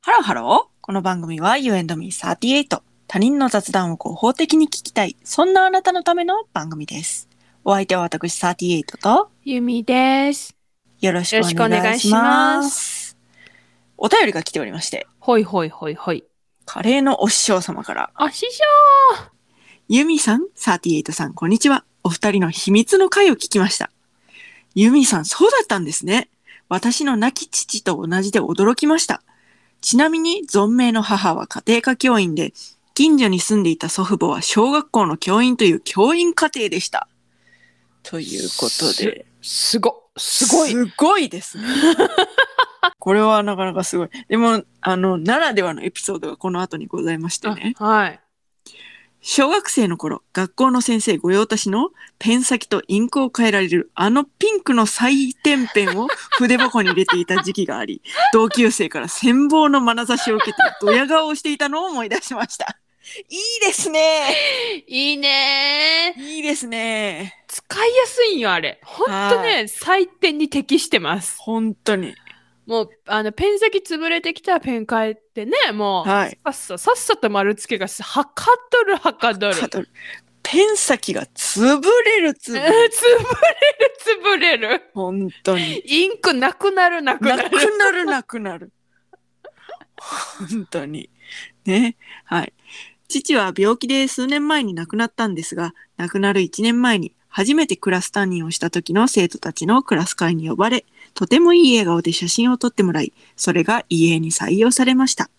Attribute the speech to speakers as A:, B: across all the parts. A: ハローハロー。この番組は You and me38。他人の雑談を合法的に聞きたい。そんなあなたのための番組です。お相手は私38と
B: ゆみです。
A: よろしくお
B: よろしくお
A: 願
B: 願
A: い
B: い
A: し
B: し
A: ま。
B: ます
A: お便りが来ておりまして、
B: ほいほいほいほい。
A: カレーのお師匠様から、
B: あ、師匠
A: ユミさん、38さん、こんにちは。お二人の秘密の会を聞きました。ユミさん、そうだったんですね。私の亡き父と同じで驚きました。ちなみに、存命の母は家庭科教員で、近所に住んでいた祖父母は小学校の教員という教員家庭でした。ということで。
B: すご、すごい。
A: すごいです ね。これはなかなかすごい。でも、あの、ならではのエピソードがこの後にございましてね。
B: あはい。
A: 小学生の頃、学校の先生御用達のペン先とインクを変えられるあのピンクの採点ペンを筆箱に入れていた時期があり、 同級生から羨望の眼差しを受けてドヤ顔をしていたのを思い出しました。いいですね。
B: いいねー。
A: いいですね。
B: 使いやすいんよ、あれ。ほんと
A: は
B: ね、採点に適してます。
A: 本当に。
B: もう、あの、ペン先潰れてきたらペン変えてね、もう、
A: はい。
B: さっさ、さっさと丸つけがすはかどるはかどる。
A: 悟るペン先が潰れるつ
B: うん
A: ぶり
B: 潰れる、潰れる。
A: 本当に。
B: インクなくなる、なくな
A: なく
B: る。
A: なるなくなる。本当に。ね。はい。父は病気で数年前に亡くなったんですが、亡くなる1年前に初めてクラス担任をした時の生徒たちのクラス会に呼ばれ、とてもいい笑顔で写真を撮ってもらい、それが遺影に採用されました。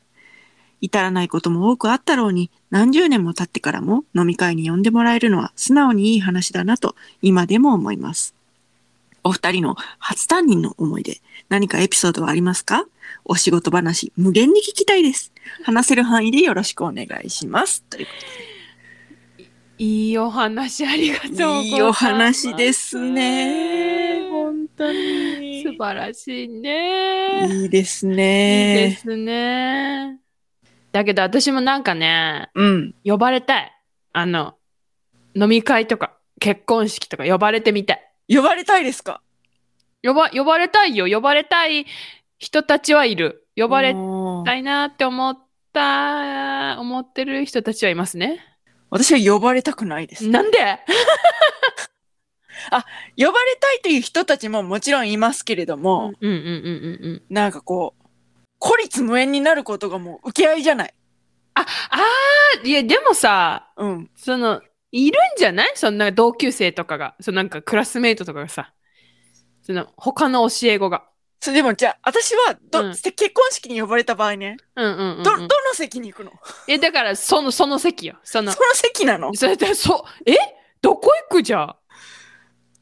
A: 至らないことも多くあったろうに、何十年も経ってからも飲み会に呼んでもらえるのは素直にいい話だなと今でも思います。お二人の初担任の思い出、何かエピソードはありますかお仕事話、無限に聞きたいです。話せる範囲でよろしくお願いします。という
B: いいお話ありがとうございます。
A: いいお話ですね。本当に。
B: 素晴らしいね。
A: いいです
B: いいで
A: ね。
B: すね。だけど私もなんかね、
A: うん。
B: 呼ばれたい。あの、飲み会とか、結婚式とか呼ばれてみたい。
A: 呼ばれたいですか
B: 呼ば、呼ばれたいよ。呼ばれたい人たちはいる。呼
A: 呼
B: ばれ
A: た
B: た
A: い。
B: いなって思った、思ってる人たちはいますね。
A: 私は呼ばれたくないです。
B: なんで
A: 呼ばれたいという人たちももちろんいますけれど
B: うんう
A: も
B: ん、うんうんうん。
A: なんかこう、孤立無縁になることがもう受け合いじゃない。
B: あ、あー、いや、でもさ、
A: うん。
B: その、いるんじゃないそんな同級生とかが、そのなんかクラスメイトとかがさ、その他の教え子が。
A: それでもじゃあ、私はど、
B: うん
A: せ結婚式に呼ばれた場合ね、
B: うんうんうん、うん。
A: ど、どの席に行くの
B: え、だから、その、その席よ。その
A: そ、の席なの
B: それで、そ、えどこ行くじゃん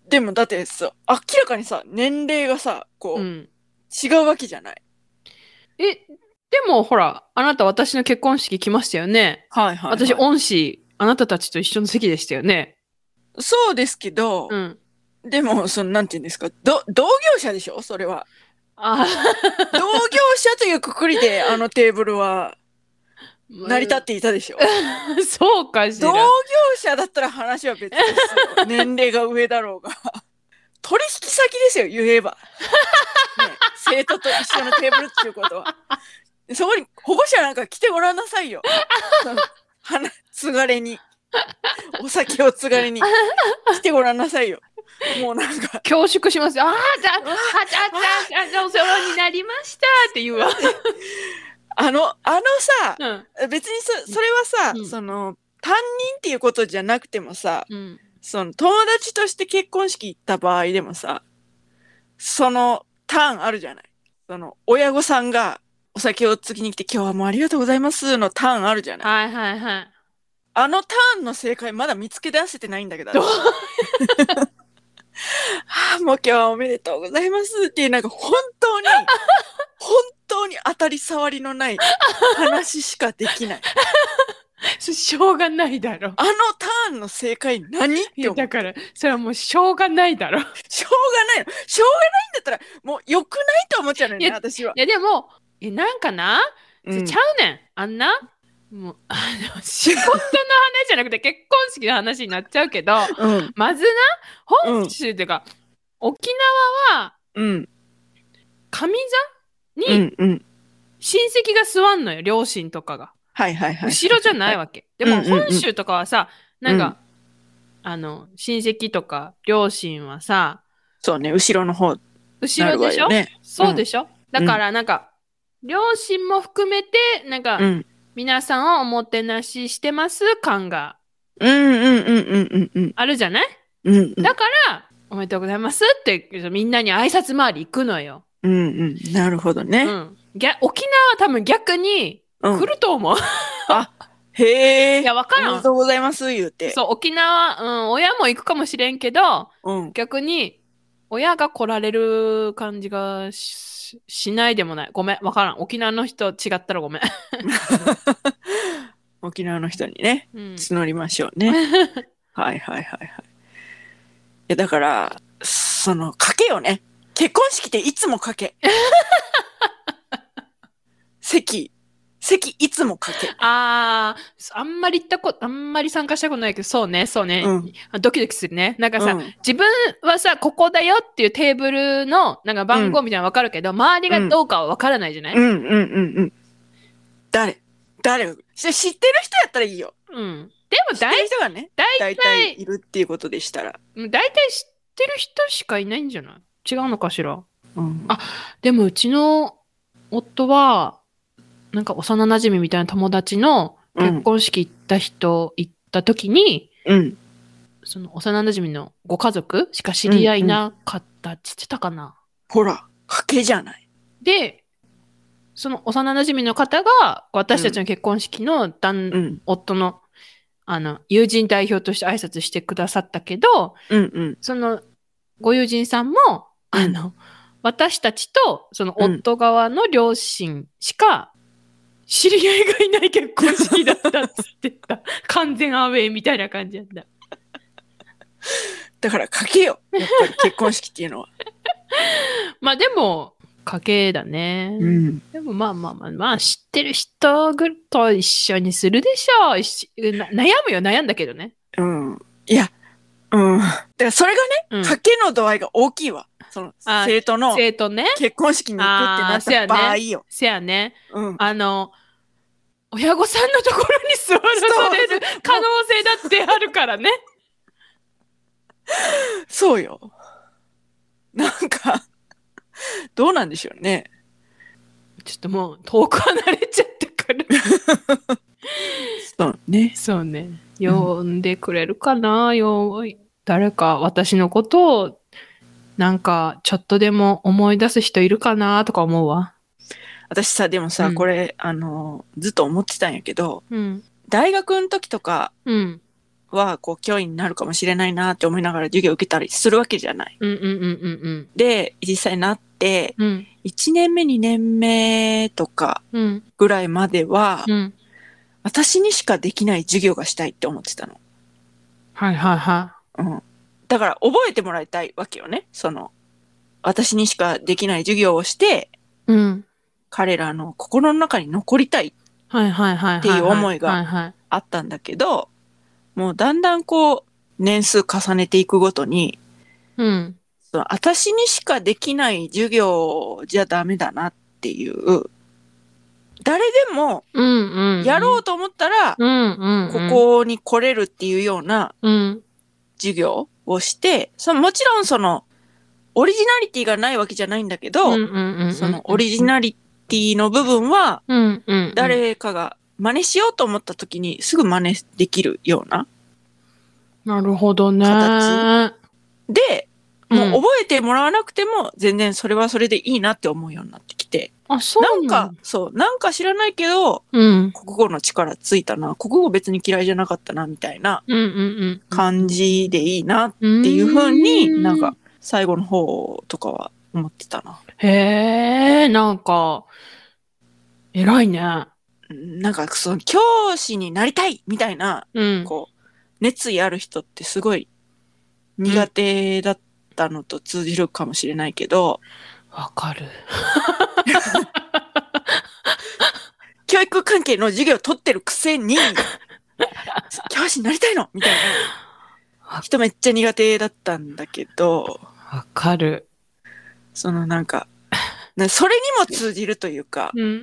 A: でもだってさ明らかにさ年齢がさこう、
B: うん。
A: 違うわけじゃない
B: え、でもほら、あなた私の結婚式来ましたよね。
A: はいは
B: 私、恩師、あなたたちと一緒の席でしたよね。
A: そうですけど、
B: うん。
A: でもそのなんて言うんですかど同業者でしょそれは
B: あ
A: 同業者というくくりであのテーブルは
B: ー
A: 成り立っていたでしょ
B: そうかし
A: 同
B: ら
A: 業。者だったら話は別です よ年齢が上だろうが取引先ですよ言えば、ね、生徒と一緒のテーブルっていうことはそこに保護者なんか来てごらんなさいよその話つがれにお酒をつがれに来てごらんなさいよもうなんか
B: 恐縮します。ああ、じゃあ、あじゃあ、あじゃあ、お世話になりましたって言うわ。
A: あのあのさ
B: うん。
A: 別にそそれはさ、
B: うん
A: その担任っていうことじゃなくてもさ、
B: うん。
A: その友達として結婚式行った場合でもさ、そのターンあるじゃない。その親御さんがお酒をつきに来て今日はもうありがとうございますのターンあるじゃない。
B: はいはいはい。
A: あのターンの正解まだ見つけ出せてないんだけど。
B: どう
A: 私ああ、もう今日はおめでとうございますっていうなんか本当 に、本当に当たり障りのない話しかできない。
B: そしょうがないだろ。
A: あのターンの正解何って
B: いや、
A: 思う
B: だから、それはもうしょうがないだろ。い
A: しょうがないの。しょうがないんだったら、もう良くないと思っちゃうのよ
B: い
A: ね、
B: や
A: 私は。
B: や、でも、え、なんかな、
A: うん
B: ちゃうねん。あんな、もう、あの、仕事の話じゃなくて結婚式の話になっちゃうけど、
A: うん。
B: まずな、本州っていうか、沖縄は
A: うん。
B: 上座
A: う
B: に
A: ん。うん。
B: 親戚が座んのよ、両親とかが。
A: はいはいはい。
B: 後ろじゃないわけ。で
A: う
B: も
A: んうんうん
B: 本州とかはさ、なんか、あの、親戚とか両親はさ、
A: そうね、後ろの方に
B: 後
A: な
B: ろ
A: るわ
B: でしょ、
A: よね。
B: そうでしょ、だからなんか、両親も含めて、なんか、
A: うん。
B: 皆さんをおもてなししてます感が
A: うんうんうんうんうんうん
B: あるじゃない
A: うんうん
B: だから、おめでとうございますって、みんなに挨拶回り行くのよ。
A: うんうんなるほど
B: う
A: ね。
B: ん。ぎゃ沖縄は多分逆に
A: うん
B: 来ると思う。
A: へえ。
B: いや、わか
A: おめ
B: ら
A: で
B: ん。
A: とうございます言うて。
B: そう、沖縄、うん、親も行くかもしれんけど、
A: うん。
B: 逆に、親が来られる感じがししないでもない。ごめん、わからん。沖縄の人違ったらごめん。
A: 沖縄の人にね、
B: うん、
A: 募りましょう ね。はいはいはいはい。いやだから、その、賭けよね。結婚式っていつも賭 け。席、席いつも賭け。
B: あー、あんまり行ったこと、あんまり参加したことないけど、そうね、そうね。
A: うん
B: あドキドキするね。なんかさ、
A: うん
B: 自分はさ、ここだよっていうテーブルのなんか番号みたいなのわかるけど、周りがどうかはわからないじゃない、
A: うんうんうんうん。誰誰し知ってる人やったらいいよ。
B: うん。でも
A: 知ってる
B: 大、
A: 人がね、
B: 大
A: 大体いるっていうことでしたら。
B: 大体知ってる人しかいないんじゃない違うのかしら
A: うん
B: あでもうちの夫は、なんか幼馴染みたいな友達の結婚式行った人、行った時に、
A: うん。
B: その幼馴染みのご家族しか知り合いなかったって言ってたかな。
A: ほら、賭けじゃない。
B: で、その幼馴染みの方が私たちの結婚式の旦、
A: うん。
B: 夫のあの友人代表として挨拶してくださったけど、
A: うんうん。
B: そのご友人さんも、あの、私たちとその
A: うん
B: 夫側の両親しか知り合いがいない結婚式だったっつってた。完全アウェイみたいな感じだった。
A: だから賭けよ。やっぱり結婚式っていう のは。
B: まあでも、家計だね。
A: うん。
B: でもまあまあまあまあ、知ってる人ぐと一緒にするでしょう。しな悩むよ、悩んだけどね。
A: うん。いや、うん。だからそれがね、
B: うん。
A: 賭けの度合いが大きいわ。その、
B: あ
A: 生徒の
B: 生徒ね。
A: 結婚式に行くってな
B: あー
A: っ
B: そうやね
A: た場合よ。
B: せやね。
A: うん。
B: あの、親御さんのところに座らされる可能性だってあるからね。
A: そうよ。なんか、どうなんでしょうね。
B: ちょっともう遠く離れちゃった から。
A: そうね。
B: そうね。呼んでくれるかな、よ誰か私のことを、なんかちょっとでも思い出す人いるかなとか思うわ。
A: 私さ、でもさ、
B: うん
A: これ、あの、ずっと思ってたんやけど、
B: うん。
A: 大学の時とか
B: うん。
A: は、こう、教員になるかもしれないなって思いながら授業受けたりするわけじゃない。
B: うんうんうん
A: で、実際なって、
B: うんうん。うん。
A: 1年目、2年目とか
B: うん。
A: ぐらいまでは、
B: うん。
A: 私にしかできない授業がしたいって思ってたの。
B: はいはいは
A: うん。だから、覚えてもらいたいわけよね。その、私にしかできない授業をして、
B: い。うん。
A: 彼らの心の中に残りたい
B: はいはいはいはいはい。
A: っていう思いが
B: はいはい。
A: あったんだけど、もうだんだんこう、年数重ねていくごとに、
B: うん。
A: その私にしかできない授業じゃダメだなっていう、誰でも
B: うんうん。
A: やろうと思ったら、
B: うんうんうん。
A: ここに来れるっていうような
B: うん。
A: 授業をして、そのもちろんその、オリジナリティがないわけじゃないんだけど、
B: うんうんうんうん
A: そのオリジナリティの部分は、
B: うんうん、
A: 誰かが真似しようと思った時にすぐ真似できるような。
B: なるほどね。
A: 形で、もう
B: うん
A: 覚えてもらわなくても全然それはそれでいいなって思うようになってきて。
B: あ、そう
A: なん
B: な
A: か
B: ん、
A: そう、なんか知らないけど、
B: うん。
A: 国語の力ついたな、国語別に嫌いじゃなかったな、みたいな
B: うんうん
A: 感じでいいなっ
B: うん。
A: ていう風に
B: うー
A: なんか。最後の方とかは思ってたな。
B: へえ、なんか、偉いね。
A: うんなんかその教師になりたいみたいな、
B: うん。
A: こう、熱意ある人ってすごい苦手だったのと通じるかもしれないけど、
B: わかる。
A: 教育関係の授業を取ってるくせ に、教師になりたいのみたいな。人めっちゃ苦手だったんだけど、
B: わかる。
A: そのなんか、なそれにも通じるというか、
B: うんうんう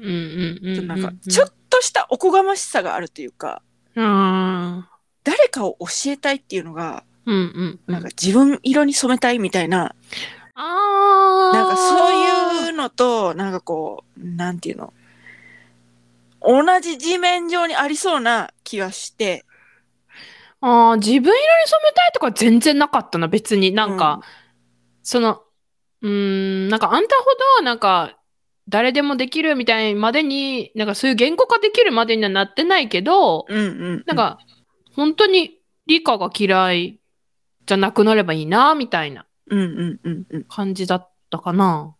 B: んうんう
A: ちょっと
B: ん。
A: なんか、ちょっとしたおこがましさがあるというか、
B: ああ。
A: 誰かを教えたいっていうのが、
B: うんうん。
A: なんか、自分色に染めたいみたいな、
B: ああ。
A: なんかそう
B: う。
A: いうのと、なんかこう、なんていうの、同じ地面上にありそうな気がして、
B: ああ、自分色に染めたいとか全然なかったな、別に。なんか、その、うーん、なんかあんたほど、なんか、誰でもできるみたいまでに、なんかそういう言語化できるまでにはなってないけど、
A: うんうん。
B: なん、か、本当に理科が嫌いじゃなくなればいいな、みたいな
A: うんうんうんうん。
B: 感じだったかな。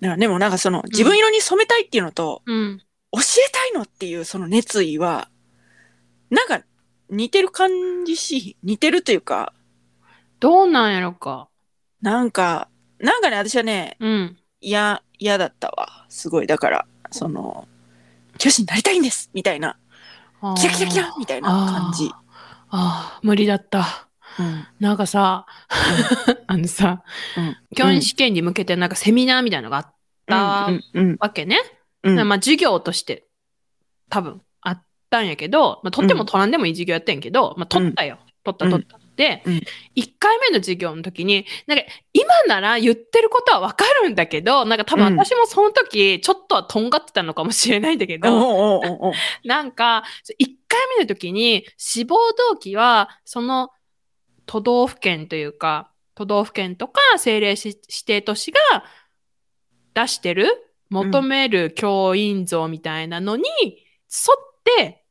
A: だからでもなんかその、自分色に染めたいっていうのと、
B: うん。
A: 教えたいのっていうその熱意は、なんか似てる感じし、似てるというか、
B: どうなんやろか。
A: なんか、なんかね、私はね、
B: うん。
A: 嫌、嫌だったわ。すごい。だから、その、教師になりたいんですみたいな、
B: あー
A: キラキラキラみたいな感じ。
B: あー無理だった。
A: うん
B: なんかさ、あのさ、
A: うん
B: 教員試験に向けてなんかセミナーみたいなのがあった
A: うんうん
B: わけね。
A: うんうん
B: まあ授業として多分あったんやけど、まあ、取っても取らんでもいい授業やったんやけど、まあ取ったよ。取った取った。で、
A: うん
B: 1回目の授業の時に、なんか今なら言ってることはわかるんだけど、なんか多分私もその時ちょっとはとんがってたのかもしれないんだけど、
A: おうおうおうおう
B: なんか、1回目の時に志望動機は、その都道府県というか、都道府県とか政令し指定都市が出してる、求める教員像みたいなのに沿って、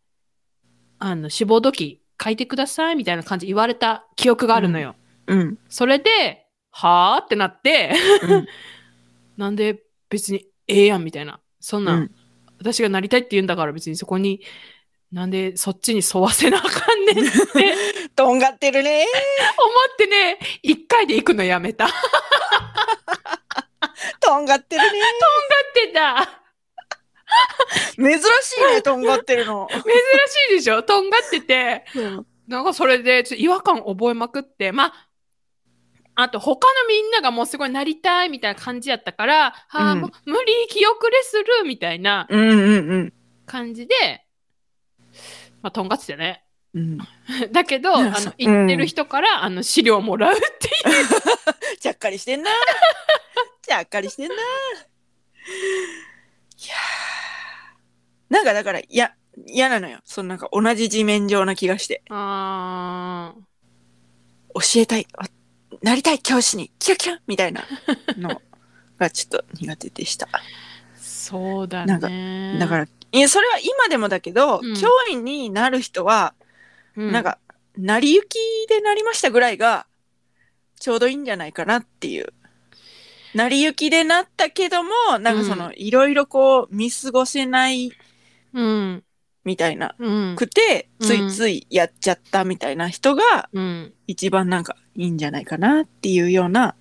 B: あの、志望動機書いてくださいみたいな感じ言われた記憶があるのよ。
A: うん
B: それで、はぁってなって、
A: うん
B: なんで別にええやんみたいな。そんなん、
A: うん
B: 私がなりたいって言うんだから別にそこに、なんでそっちに沿わせなあかんねんって思っ
A: とんがってるね
B: てね、一回で行くのやめた。待
A: とんがってるね
B: ってた。
A: 珍しいねとんがってるの、
B: 珍しいでしょとんがってて。
A: うん
B: なんかそれでちょっと違和感覚えまくって、まあ、あと他のみんながもうすごいなりたいみたいな感じやったから、ああ、
A: うん
B: もう無理、気遅れするみたいな
A: うんうん
B: 感じで、まあ、とんがってたね。
A: うん
B: だけど、あ
A: いや
B: の
A: そう、
B: 行ってる人から、あの、資料もらうっていう。
A: ちゃっかりしてんなちゃっかりしてんないやーなんかだからいや嫌なのよそのなんか同じ地面上な気がして
B: あ
A: 教えたいあなりたい教師にキラキラみたいなのがちょっと苦手でした
B: そうだ
A: な
B: ね。
A: んだから、いや、それは今でもだけど、
B: うん
A: 教員になる人は、
B: う
A: なん、か、成り行きでなりましたぐらいが、ちょうどいいんじゃないかなっていう。成り行きでなったけども、なんかその、いろいろこう、見過ごせない
B: うん、
A: みたいな
B: うん、
A: くて、
B: うん
A: ついついやっちゃったみたいな人が、
B: うん。
A: 一番なんか、いいんじゃないかなっていうような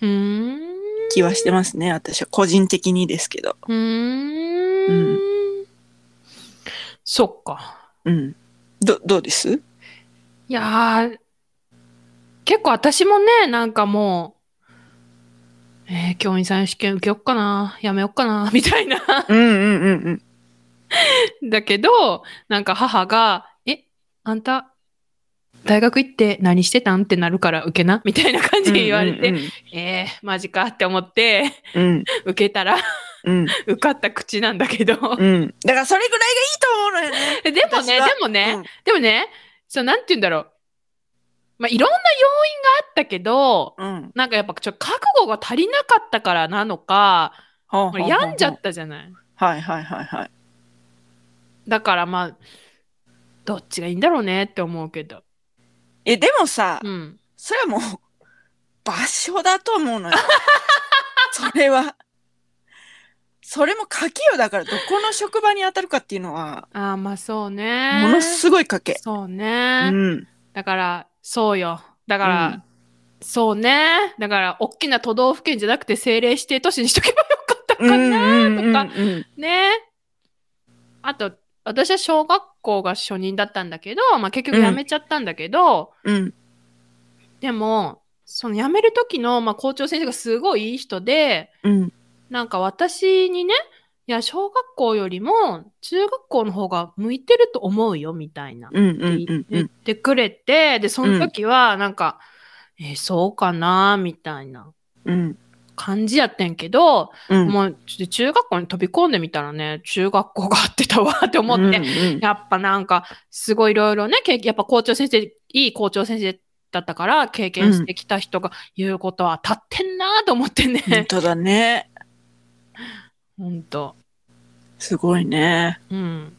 B: うーん。
A: 気はしてますね、私は。個人的にですけど。
B: うーん。そっか。
A: うん。ど、どうです
B: いやー、結構私もね、なんかもう、えー、教員さん試験受けよっかな、やめよっかな、み たいな。
A: うんうんうんうん。
B: だけど、なんか母が、え、あんた、大学行って何してたんってなるから受けなみたいな感じで言われて、
A: うん
B: えー、マジかって思って、
A: うんうん。
B: 受けたら、
A: うん。うん
B: 受かった口なんだ けど。
A: うん。だからそれぐらいがいいと思うのよね。
B: でもね、
A: 私は
B: でもね、でもね、そう、なんて言うんだろう。まあ、いろんな要因があったけど、
A: うん。うん。
B: なんかやっぱちょっと覚悟が足りなかったからなのか、
A: ほうほうほうほう
B: 病んじゃったじゃない。
A: はいはいはいはい。
B: だからまあ、どっちがいいんだろうねって思うけど。
A: え、でもさ、
B: うん。
A: それはもう、場所だと思う のよ。それは。それも賭けよ。だから、どこの職場に当たるかっていうのは、
B: ああ、まあそうね。
A: ものすごい賭け。
B: そう
A: う
B: ね。
A: ん。
B: だから、そうよ。だから、
A: うん
B: そうね。だから、大きな都道府県じゃなくて政令指定都市にしとけばよかったか
A: うんう
B: な。
A: んうんう
B: なん
A: ん。
B: ね。あと、私は小学校が初任だったんだけど、まあ結局辞めちゃったんだけど、
A: うん。
B: でも、その辞める時の、まあ、校長先生がすごいいい人で、
A: うん。
B: なんか私にね、いや、小学校よりも中学校の方が向いてると思うよ、みたいな。
A: うんう
B: って
A: んう
B: 言
A: ん
B: っ
A: う
B: 言っ
A: ん。
B: てくれて、で、その時は、なんか、えーそうかな、みたいな
A: うん。
B: 感じやってんけど、
A: うん。
B: もう、ちょっと中学校に飛び込んでみたらね、中学校が合ってたわ、って思って、
A: うん
B: やっぱなんか、すごいいろいろね、経やっぱ校長先生、いい校長先生だったから、経験してきた人が言うことは立ってんなと思って
A: 本
B: ね。
A: 当だね。
B: ほんと。
A: すごいね。
B: うん。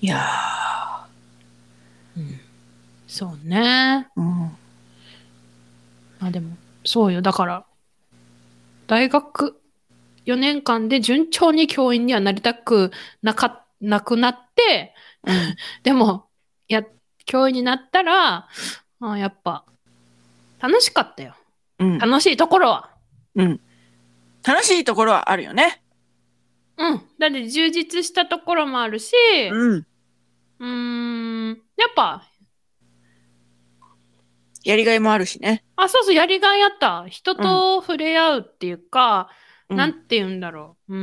A: いやー
B: うんそうね。
A: うん。
B: まあでも、そうよ。だから、大学4年間で順調に教員にはなりたくなか、なくなって、
A: うん
B: でも、いや、教員になったら、あやっぱ、楽しかったよ。
A: うん。
B: 楽しいところは。
A: うん。楽しいところはあるよね。
B: うん。だって充実したところもあるし、
A: うん。
B: うーん、やっぱ、
A: やりがいもあるしね。
B: あ、そうそう、やりがいあった。人と触れ合うっていうか、
A: うん
B: なんて言うんだろう。うー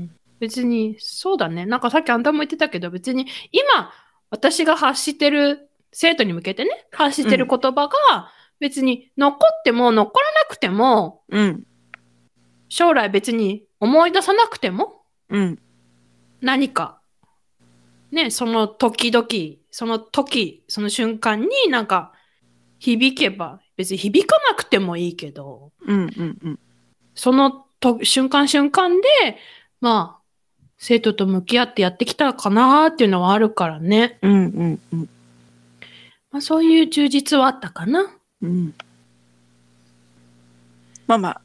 B: ん、別に、そうだね。なんかさっきあんたも言ってたけど、別に、今、私が発してる、生徒に向けてね、発してる言葉が、別に残っても残らなくても、
A: うん。
B: 将来別に思い出さなくても、
A: うん。
B: 何か、ね、その時々、その時、その瞬間になんか響けば、別に響かなくてもいいけど、
A: うん。うん。うん。
B: そのと瞬間瞬間で、まあ、生徒と向き合ってやってきたかなっていうのはあるからね。
A: うん。うん。うん。
B: まあそういう充実はあったかな。
A: うん。まあまあ、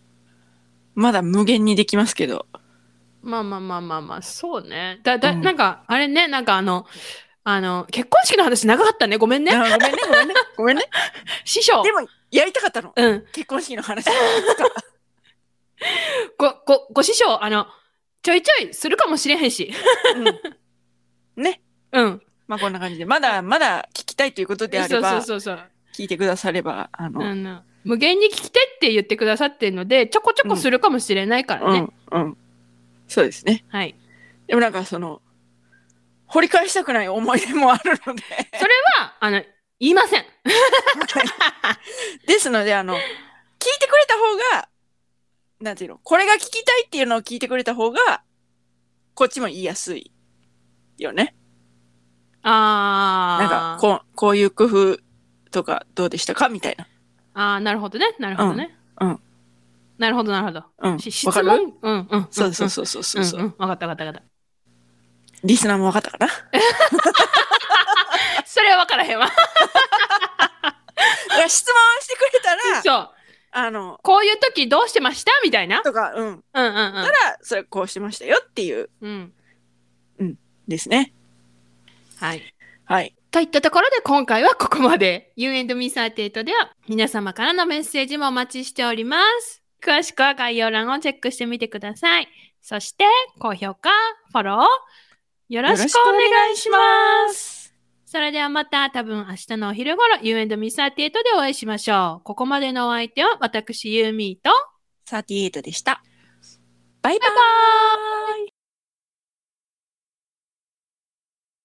A: まだ無限にできますけど。
B: まあまあまあまあまあ、そうね。だ、だ、
A: うん
B: なんか、あれね、なんかあの、あの、結婚式の話長かったね。ごめんね。
A: あごめんね、ごめ んね。ごめんね。
B: 師匠
A: で。も、やりたかったの。
B: うん。
A: 結婚式の話。
B: ご、ご、ご師匠、あの、ちょいちょいするかもしれへんし。
A: うんね。
B: うん。
A: まあこんな感じで。まだまだ聞きたいということであ
B: そ
A: れ
B: うそ
A: ば
B: う、そうそう。
A: 聞いてくだされば、あの、
B: あの、無限に聞きてって言ってくださってるので、ちょこちょこするかもしれないから
A: う
B: ね。
A: ん、うん。そうですね。
B: はい。
A: でもなんかその、掘り返したくない思い出もあるので。
B: まあ、あの、言いません。
A: ですので、あの、聞いてくれた方が、なんていうの、これが聞きたいっていうのを聞いてくれた方が、こっちも言いやすいよね。
B: あー。
A: なんか、こう、こういう工夫とかどうでしたかみたいな。
B: あー、なるほどね。なるほどね。
A: うんうん
B: なるほど、なるほど。
A: うん
B: し。質
A: わか
B: 問
A: る
B: うんうん。
A: そうそうそうそうそう。
B: うんうん。わかったわかったわかっ
A: リスナーもわかったか な
B: た。それはわからへんわ。
A: だから質問してくれたら、
B: そう。
A: あの、
B: こういう時どうしてましたみたいな。
A: とか、うん。
B: うんうん
A: たら、それこうしてましたよっていう
B: うん。うん。
A: ですね。
B: はい。
A: はい。
B: といったところで今回はここまで。You and me38 では皆様からのメッセージもお待ちしております。詳しくは概要欄をチェックしてみてください。そして、高評価、フォロー、よろしくお願いします。
A: す。
B: それではまた多分明日のお昼頃 You and me38 でお会いしましょう。ここまでのお相手は私ユーミーと
A: 38でした。バイバイ。
B: バイバーイ